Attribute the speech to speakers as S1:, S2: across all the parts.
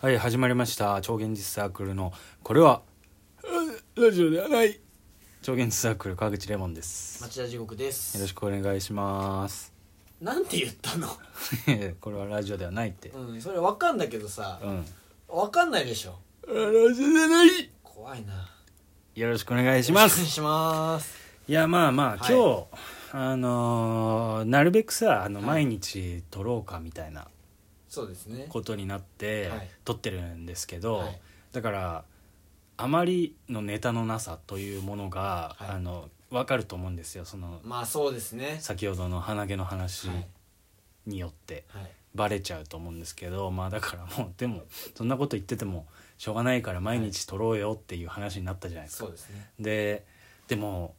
S1: はい始まりました超現実サークルのこれはあラジオではない超現実サークル川口レモンですよ
S2: 町田地獄です
S1: ろしくお願いします
S2: なんて言ったの
S1: これはラジオではないって
S2: うんそれわかんだけどさ
S1: うん
S2: わかんないでしょ
S1: ラジオでない
S2: 怖いな
S1: よろしくお願いし
S2: し
S1: ま
S2: お願い
S1: す
S2: します
S1: いやまあまあ今
S2: は
S1: 日、
S2: い
S1: あのーなるべくさあの
S2: はい
S1: 毎日撮ろうかみたいな
S2: そうですね
S1: ことになって
S2: はい
S1: 撮ってるんですけど、
S2: はい
S1: だからあまりのネタのなさというものが、
S2: はい
S1: あの分かると思うんですよその
S2: まあそうですね
S1: 先ほどの鼻毛の話
S2: はい
S1: によって
S2: はい
S1: バレちゃうと思うんですけど、まあだからもうでもそんなこと言っててもしょうがないから毎日撮ろうよっていう話になったじゃないですか。
S2: そうですね
S1: ででも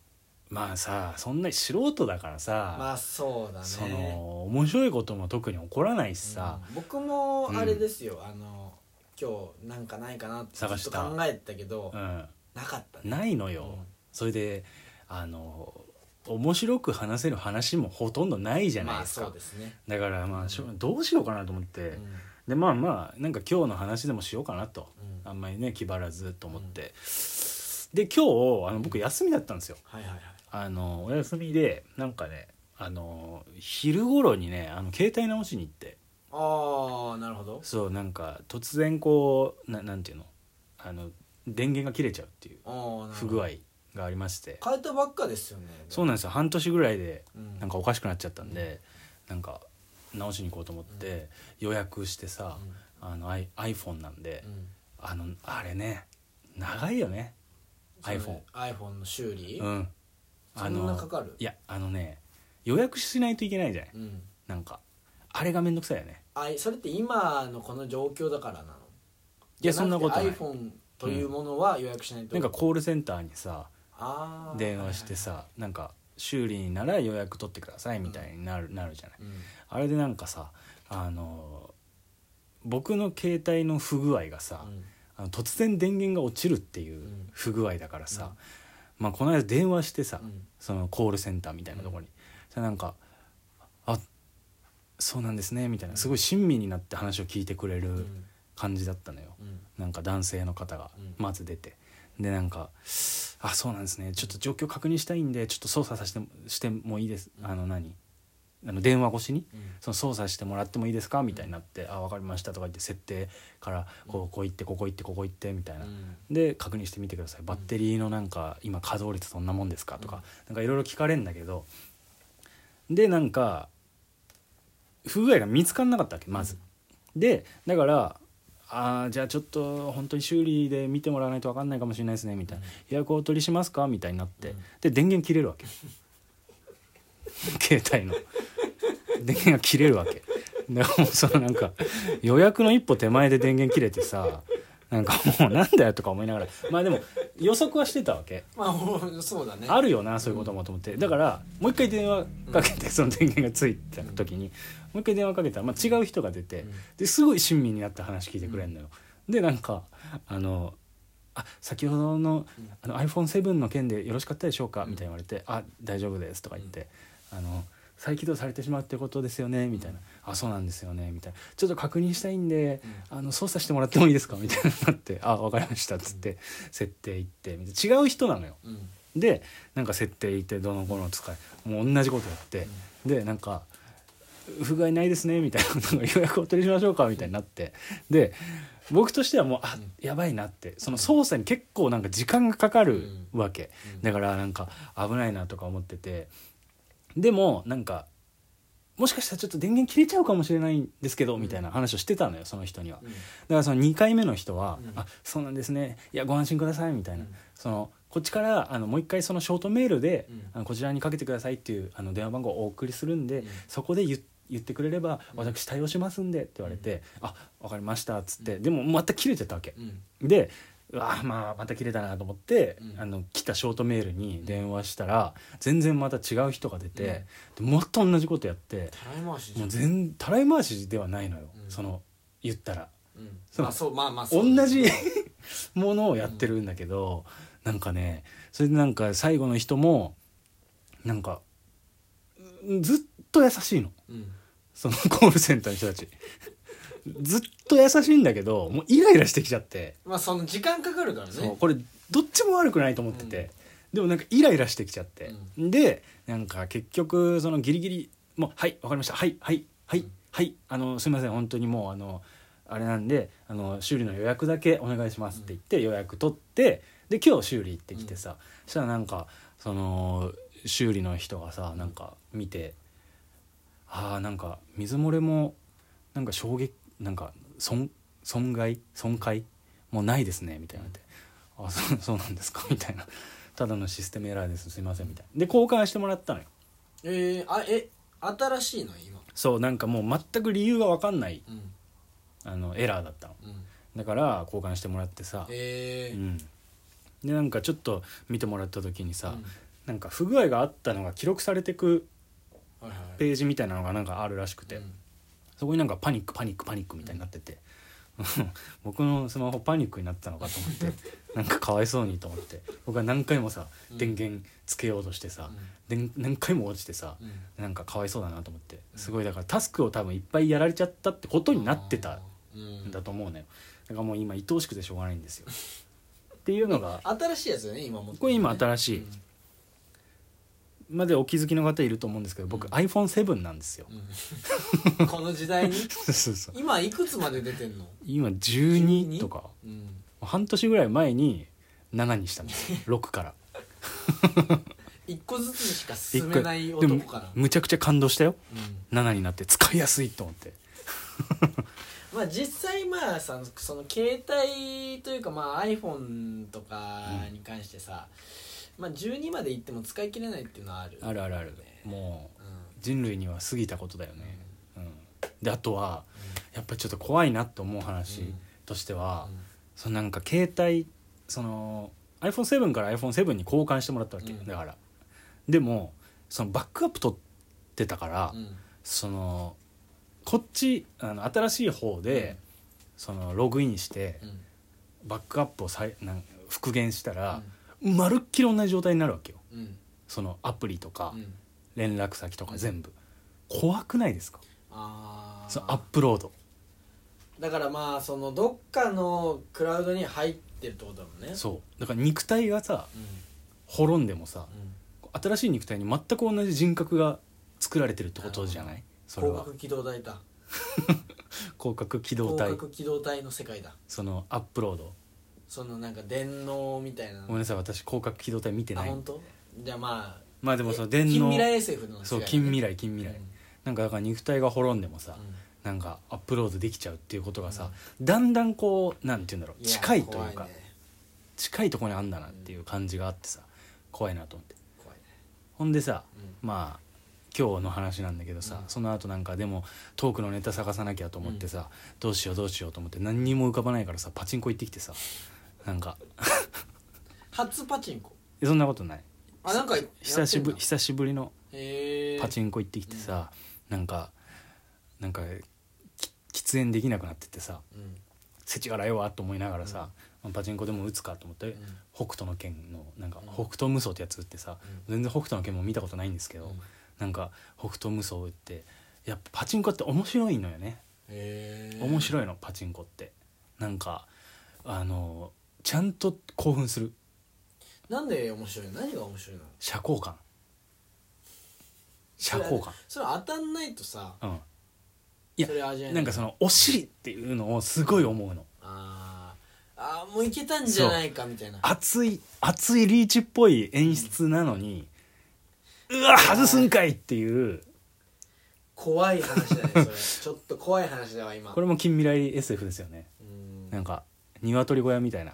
S1: まあさそんな素人だからさ、
S2: まあそうだね
S1: その面白いことも特に起こらないしさ、
S2: うん僕もあれですよあの今日なんかないかなってちょ
S1: 探
S2: っ
S1: し
S2: と
S1: た
S2: 考えてたけど
S1: うん
S2: なかったね
S1: ないのよ、
S2: うん
S1: それであの面白く話せる話もほとんどないじゃない
S2: ま
S1: で
S2: あ
S1: すか、
S2: そうですね
S1: だからまあしょ
S2: う
S1: どうしようかなと思って、
S2: うん
S1: でまあまあなんか今日の話でもしようかなと
S2: うん
S1: あ
S2: は
S1: んまりね気張らずと思って、で今日あの僕休みだったんですよ
S2: いはいはい
S1: あのお休みでなんかねあの昼頃にねあの携帯直しに行って
S2: ああなるほど
S1: そうなんか突然こうななんていうのあの電源が切れちゃうっていう
S2: ああなる
S1: 不
S2: ほ
S1: 具
S2: ど
S1: 合がありまして
S2: 変えたばっかですよね
S1: そうなんですよ半年ぐらいで
S2: うん
S1: なんかおかしくなっちゃったんで、なんか直しに行こうと思って予約してさ、あの I- iPhone なんで、
S2: うんうん
S1: あのあれね長いよね iPhone
S2: それ iPhone の修理、
S1: うん
S2: そんなかかる
S1: いやあのね予約しないといけないじゃない
S2: うん
S1: なんかあれがめんどくさいよね
S2: あいそれって今のこの状況だからなの
S1: いやそんなことない
S2: iPhone というものは予約しないと、
S1: なんかコールセンターにさ
S2: あー
S1: 電話して、さなんか修理になら予約取ってくださいみたいになる,、なるじゃない
S2: はいはいはい
S1: あれでなんかさあの僕の携帯の不具合がさ、
S2: うんうん
S1: あの突然電源が落ちるっていう不具合だからさ、まあ、この間電話してさ、
S2: うん
S1: そのコールセンターみたいなところに、そしたらなんか「あそうなんですね」みたいなすごい親身になって話を聞いてくれ
S2: う
S1: る
S2: ん
S1: 感じだったのよ、
S2: うん
S1: なんか男性の方が
S2: うん
S1: まず出て、でなんか「あそうなんですねちょっと状況確認したいんでちょっと操作させてもしてもいいですあの何あの電話越しに
S2: うん
S1: その操作してもらってもいいですか?」みたいになって「あ分かりました」とか言って設定からこうこう行ってここ行ってここ行ってみたいな。
S2: うん
S1: で確認してみてくださいバッテリーのなんか今稼働率どんなもんですかとかなんかいろいろ聞かれるんだけどでなんか不具合が見つからなかったわけまず、でだからあーじゃあちょっと本当に修理で見てもらわないと分かんないかもしれないですねみたいな、
S2: うん
S1: 予約をお取りしますかみたいになって、
S2: うん
S1: で電源切れるわ け携帯の電源が切れるわけでもうそのなんか予約の一歩手前で電源切れてさなんかもうなんだよとか思いながらまあでも予測はしてたわけ
S2: まあもうそうだね
S1: あるよなそういうこともと思ってだからもう一回電話かけてその電源がついた時にもう一回電話かけたら、まあ、違う人が出て
S2: うん
S1: ですごい親身になった話聞いてくれるのよ。でなんかあのあ先ほどの
S2: うん
S1: あの iPhone7 の件でよろしかったでしょうか?」
S2: うん
S1: みたいに言われて「あ大丈夫です」とか言って「あの再起動されてしまうってことですよね」みたいな「あそうなんですよね」みたいな「ちょっと確認したいんであの操作してもらってもいいですか?」みたいになって「あわかりました」っつって設定行ってみたいな違う人なのよ。
S2: うんうん
S1: でなんか設定いてどの頃の使いもう同じことやって、でなんか「不具合ないですね」みたいななんか予約お取りしましょうか」みたいになってで僕としてはもうあ
S2: うん
S1: やばいなってその操作に結構なんか時間がかかるわけ、
S2: うん
S1: だからなんか危ないなとか思っててでもなんかもしかしたらちょっと電源切れちゃうかもしれないんですけど、みたいな話をしてたのよその人には。
S2: う
S1: だ
S2: ん
S1: からその2回目の人は「
S2: うん
S1: あそうなんですねいやご安心ください」みたいな、
S2: うん
S1: そのこっちからあのもう一回そのショートメールで、
S2: うん
S1: あのこちらにかけてくださいっていうあの電話番号をお送りするんで、
S2: うん
S1: そこで言言ってくれれば
S2: うん
S1: 私対応しますんでって言われて「あわかりました」っつって、でもまた切れてたわけ、
S2: うん
S1: でうわあまあまた切れたなと思って、
S2: うん
S1: あの来たショートメールに電話したら全然また違う人が出て、でまた同じことやって
S2: たらい回しじ
S1: も
S2: ゃ
S1: うん全たらい回しではないのよ、
S2: うん
S1: その言ったら。
S2: うん
S1: そう
S2: まあそうまあまあそう
S1: 同じものをやってるんだけど、なんかねそれでなんか最後の人もなんかんずっと優しいの
S2: うん
S1: そのコールセンターの人たちずっと優しいんだけどもうイライラしてきちゃって、
S2: まあその時間かかるからね
S1: そうこれどっちも悪くないと思ってて、でもなんかイライラしてきちゃって、でなんか結局そのギリギリもう「はいわかりましたはいはいはい、
S2: うん
S1: はいあのすいません本当にもうあのあれなんであの修理の予約だけお願いします」って言って予約取ってで今日修理行ってきてさ、そしたらなんかその修理の人がさなんか見てあーなんか水漏れもなんか衝撃なんか損損害損壊もうないですねみたいになって「あそう そうなんですか」みたいな「ただのシステムエラーですすいません」みたいなで交換してもらったのよ
S2: えー、あえ新しいの今
S1: そうなんかもう全く理由が分かんない
S2: うん
S1: あのエラーだったの
S2: うん
S1: だから交換してもらってさ、
S2: え
S1: う
S2: ー
S1: ん、でなんかちょっと見てもらった時にさ、
S2: うん
S1: なんか不具合があったのが記録されてく
S2: はいはいはい
S1: ページみたいなのがなんかあるらしくて、
S2: うん
S1: そこになんかパニックパニックパニックみたいになってて、 僕のスマホパニックになったのかと思っ てなんかかわいそうにと思って僕は何回もさ
S2: うん
S1: 電源つけようとしてさ、でん何回も落ちてさ
S2: うんうん
S1: なんかかわいそうだなと思って
S2: うん
S1: すごいだからタスクを多分いっぱいやられちゃったってことになってた
S2: うん
S1: んだと思うねだからもう今愛おしくてしょうがないんですよっていうのが
S2: 新しいやつだね今持ってるのね
S1: これ今新しい
S2: うん
S1: までお気づきの方いると思うんですけど僕
S2: うん
S1: iPhone7 なんですよ
S2: うん この時代に
S1: そうそう
S2: 今いくつまで出てんの
S1: 今
S2: 12
S1: 12とか
S2: うん
S1: 半年ぐらい前に7にしたん ですよ6から
S2: 一個ずつしか進めない男かな
S1: むちゃくちゃ感動したよ
S2: うん
S1: 7になって使いやすいと思って
S2: まあ実際まあさその携帯というかまあ iPhone とかに関してさ、まあ12まで行っても使い切れないっていうのはある
S1: あるあるある
S2: ね
S1: も
S2: う
S1: うん人類には過ぎたことだよね、うん、であとはやっぱりちょっと怖いなと思う
S2: う
S1: 話
S2: ん
S1: としては、
S2: うん
S1: そのなんか携帯その iPhone7 から iPhone7 に交換してもらったわけ、
S2: うん
S1: だからでもそのバックアップ取ってたから、
S2: うん
S1: そのこっちあの新しい方で、
S2: うん
S1: そのログインして
S2: うん
S1: バックアップをさいなん復元したら、まるっきり同じ状態になるわけよ
S2: うん
S1: そのアプリとか
S2: うん
S1: 連絡先とか全部、怖くないですか
S2: あ
S1: そのアッ
S2: あ
S1: プロード
S2: だからまあそのどっかのクラウドに入ってるってことだもんね
S1: そうだから肉体がさ
S2: うん
S1: 滅んでもさ
S2: うん
S1: 新しい肉体に全く同じ人格が作られてるってことじゃないそれ
S2: 広
S1: は
S2: 角機動隊だ
S1: 広角機動
S2: 広
S1: 体
S2: 角機動隊の世界だ
S1: そのアップロード
S2: そのなんか電脳みたいな
S1: ごめんなさい私広角機動体見て
S2: あ
S1: ない
S2: 本当じゃあまあ
S1: まあでもその電
S2: 近
S1: 脳
S2: 未来 SF の世界だね
S1: そう近未来近未来、なんかだから肉体が滅んでもさ、
S2: うん
S1: なんかアップロードできちゃうっていうことがさ、だんだんこうなんて言うんだろう
S2: や
S1: 近いというか
S2: 怖いね
S1: 近いところにあんだなっていう感じがあってさ怖いなと思って
S2: 怖いね
S1: ほんでさ
S2: うん
S1: まあ今日の話なんだけどさ、
S2: うん
S1: その後なんかでもトークのネタ探さなきゃと思ってさ、どうしようどうしようと思って何にも浮かばないからさパチンコ行ってきてさなんか
S2: 初パチンコ
S1: そんなことない
S2: あなんかやってんだ
S1: 久しぶり久しぶりの
S2: へえ
S1: パチンコ行ってきてさ、なんかなんかき喫煙できなくなってってさ
S2: うん
S1: 世知辛いわと思いながらさ、まあパチンコでも打つかと思って、
S2: うん
S1: 北斗の拳のなんか
S2: うん
S1: 北斗無双ってやつ打ってさ、
S2: う
S1: 全然北斗の拳も見たことないんですけど、
S2: うん
S1: なんか北斗無双打ってやっぱパチンコって面白いのよね、
S2: へえ
S1: 面
S2: い
S1: 白いのパチンコってなんかあのちゃんと興奮する
S2: なんで面白いの何が面白いの
S1: 社交感社交感
S2: それ当たんないとさ
S1: うんいや
S2: それ味わえ
S1: なんかそのお尻っていうのをすごい思うの
S2: あーあーもういけたんじゃないかみたいな
S1: 熱い熱いリーチっぽい演出なのにうわ外すんかいっていう
S2: 怖い話だねそれちょっと怖い話だわ今
S1: これも近未来 SF ですよね
S2: うん
S1: なんか鶏小屋みたいな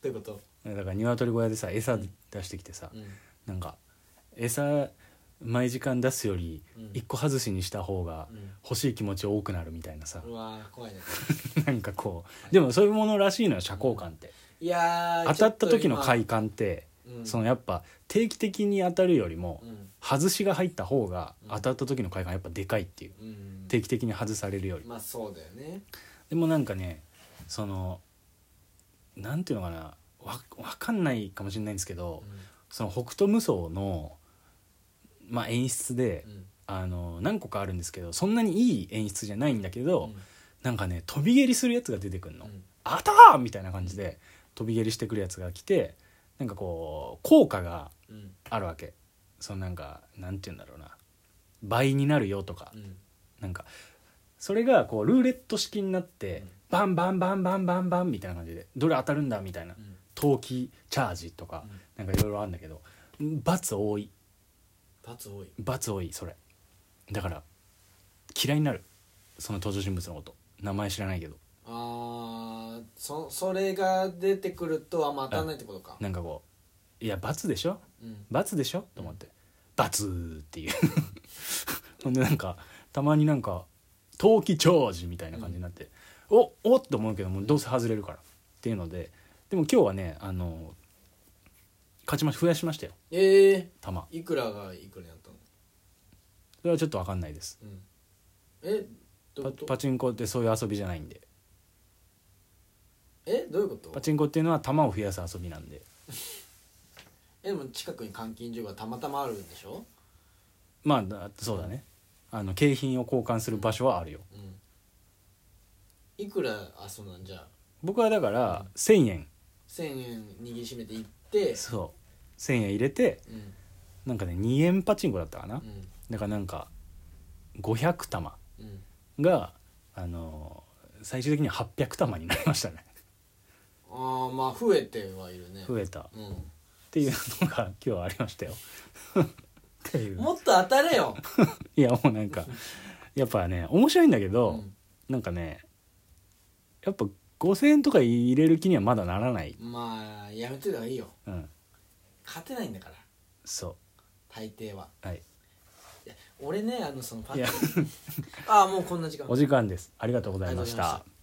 S2: ということ
S1: だから鶏小屋でさ餌出してきてさ、
S2: うん
S1: なんか餌毎時間出すより
S2: うん
S1: 一個外しにした方が
S2: うん
S1: 欲しい気持ち多くなるみたいなさ
S2: う、わー怖いね
S1: なんかこうでもそういうものらしいのよ社交感って、
S2: いやー
S1: 当たった時の
S2: ちょっと今
S1: 快感って、
S2: うん
S1: そのやっぱ定期的に当たるよりも
S2: うん
S1: 外しが入った方が
S2: うん
S1: 当たった時の快感やっぱでかいっていう
S2: うん
S1: 定期的に外されるより
S2: まあそうだよね
S1: でもなんかねそのなんていうのかなわわかんないかもしれないんですけど、その北斗無双の、まあ、演出で、
S2: うん
S1: あの何個かあるんですけどそんなにいい演出じゃないんだけど、
S2: うん
S1: なんかね飛び蹴りするやつが出てくんの、
S2: うん
S1: あたーみたいな感じで飛び蹴りしてくるやつが来てなんかこう効果が
S2: うん
S1: あるわけそのなんかなんて言うんだろうな倍になるよとか、
S2: うん
S1: なんかそれがこうルーレット式になって、
S2: うん
S1: バンバンバンバンバンバンみたいな感じでどれ当たるんだみたいな
S2: うん
S1: 投機チャージとか
S2: うん、
S1: なんかいろいろあるんだけど罰多い
S2: 罰多い
S1: 罰多いそれだから嫌いになるその登場人物のこと名前知らないけど
S2: あーそそれが出てくるとあんま当たんないってことか、
S1: なんかこういや罰でしょ
S2: うん、
S1: 罰でしょと思って罰っていう ほんでなんかたまになんか冬季長寿みたいな感じになって、おおっと思うけどもうどうせ外れるからっていうのででも今日はねあの勝ちまし増やしましたよ
S2: ええ
S1: 玉
S2: いくらがいくらになったの、
S1: それはちょっと分かんないです
S2: うん、えどうい
S1: パ
S2: うこと
S1: パチンコってそういう遊びじゃないんで
S2: えどういうこと
S1: パチンコっていうのは玉を増やす遊びなんで
S2: えでも近くに監禁所がたまたまあるんでしょ、
S1: まあだそうだねあの景品を交換する場所はあるよ
S2: うん、いくらあそうなんじゃあ
S1: 僕はだから1,000円
S2: 1000円握りしめていって
S1: そう1,000円入れて
S2: うん
S1: なんかね2円パチンコだったかな、
S2: うん
S1: だからなんか500玉
S2: うん
S1: が、あのー最終的には800玉になりま したね
S2: ああまあ増えてはいるね
S1: 増えたっ
S2: うん
S1: ていうのが今日はありま したよっていう
S2: もっと当たれよ、
S1: いやもうなんかやっぱね面白いんだけ
S2: う
S1: ど、
S2: ん、
S1: なんかねやっぱ5,000円とか入れる気にはまだならない、
S2: まあやめといた方がいいよ
S1: うん、
S2: 勝てないんだから
S1: そ
S2: 大抵は
S1: うはい
S2: 俺ねあのそのパ
S1: い
S2: チン
S1: や
S2: ああもうこんな時間
S1: お時間ですありがとうございまし
S2: ありがとうございましたた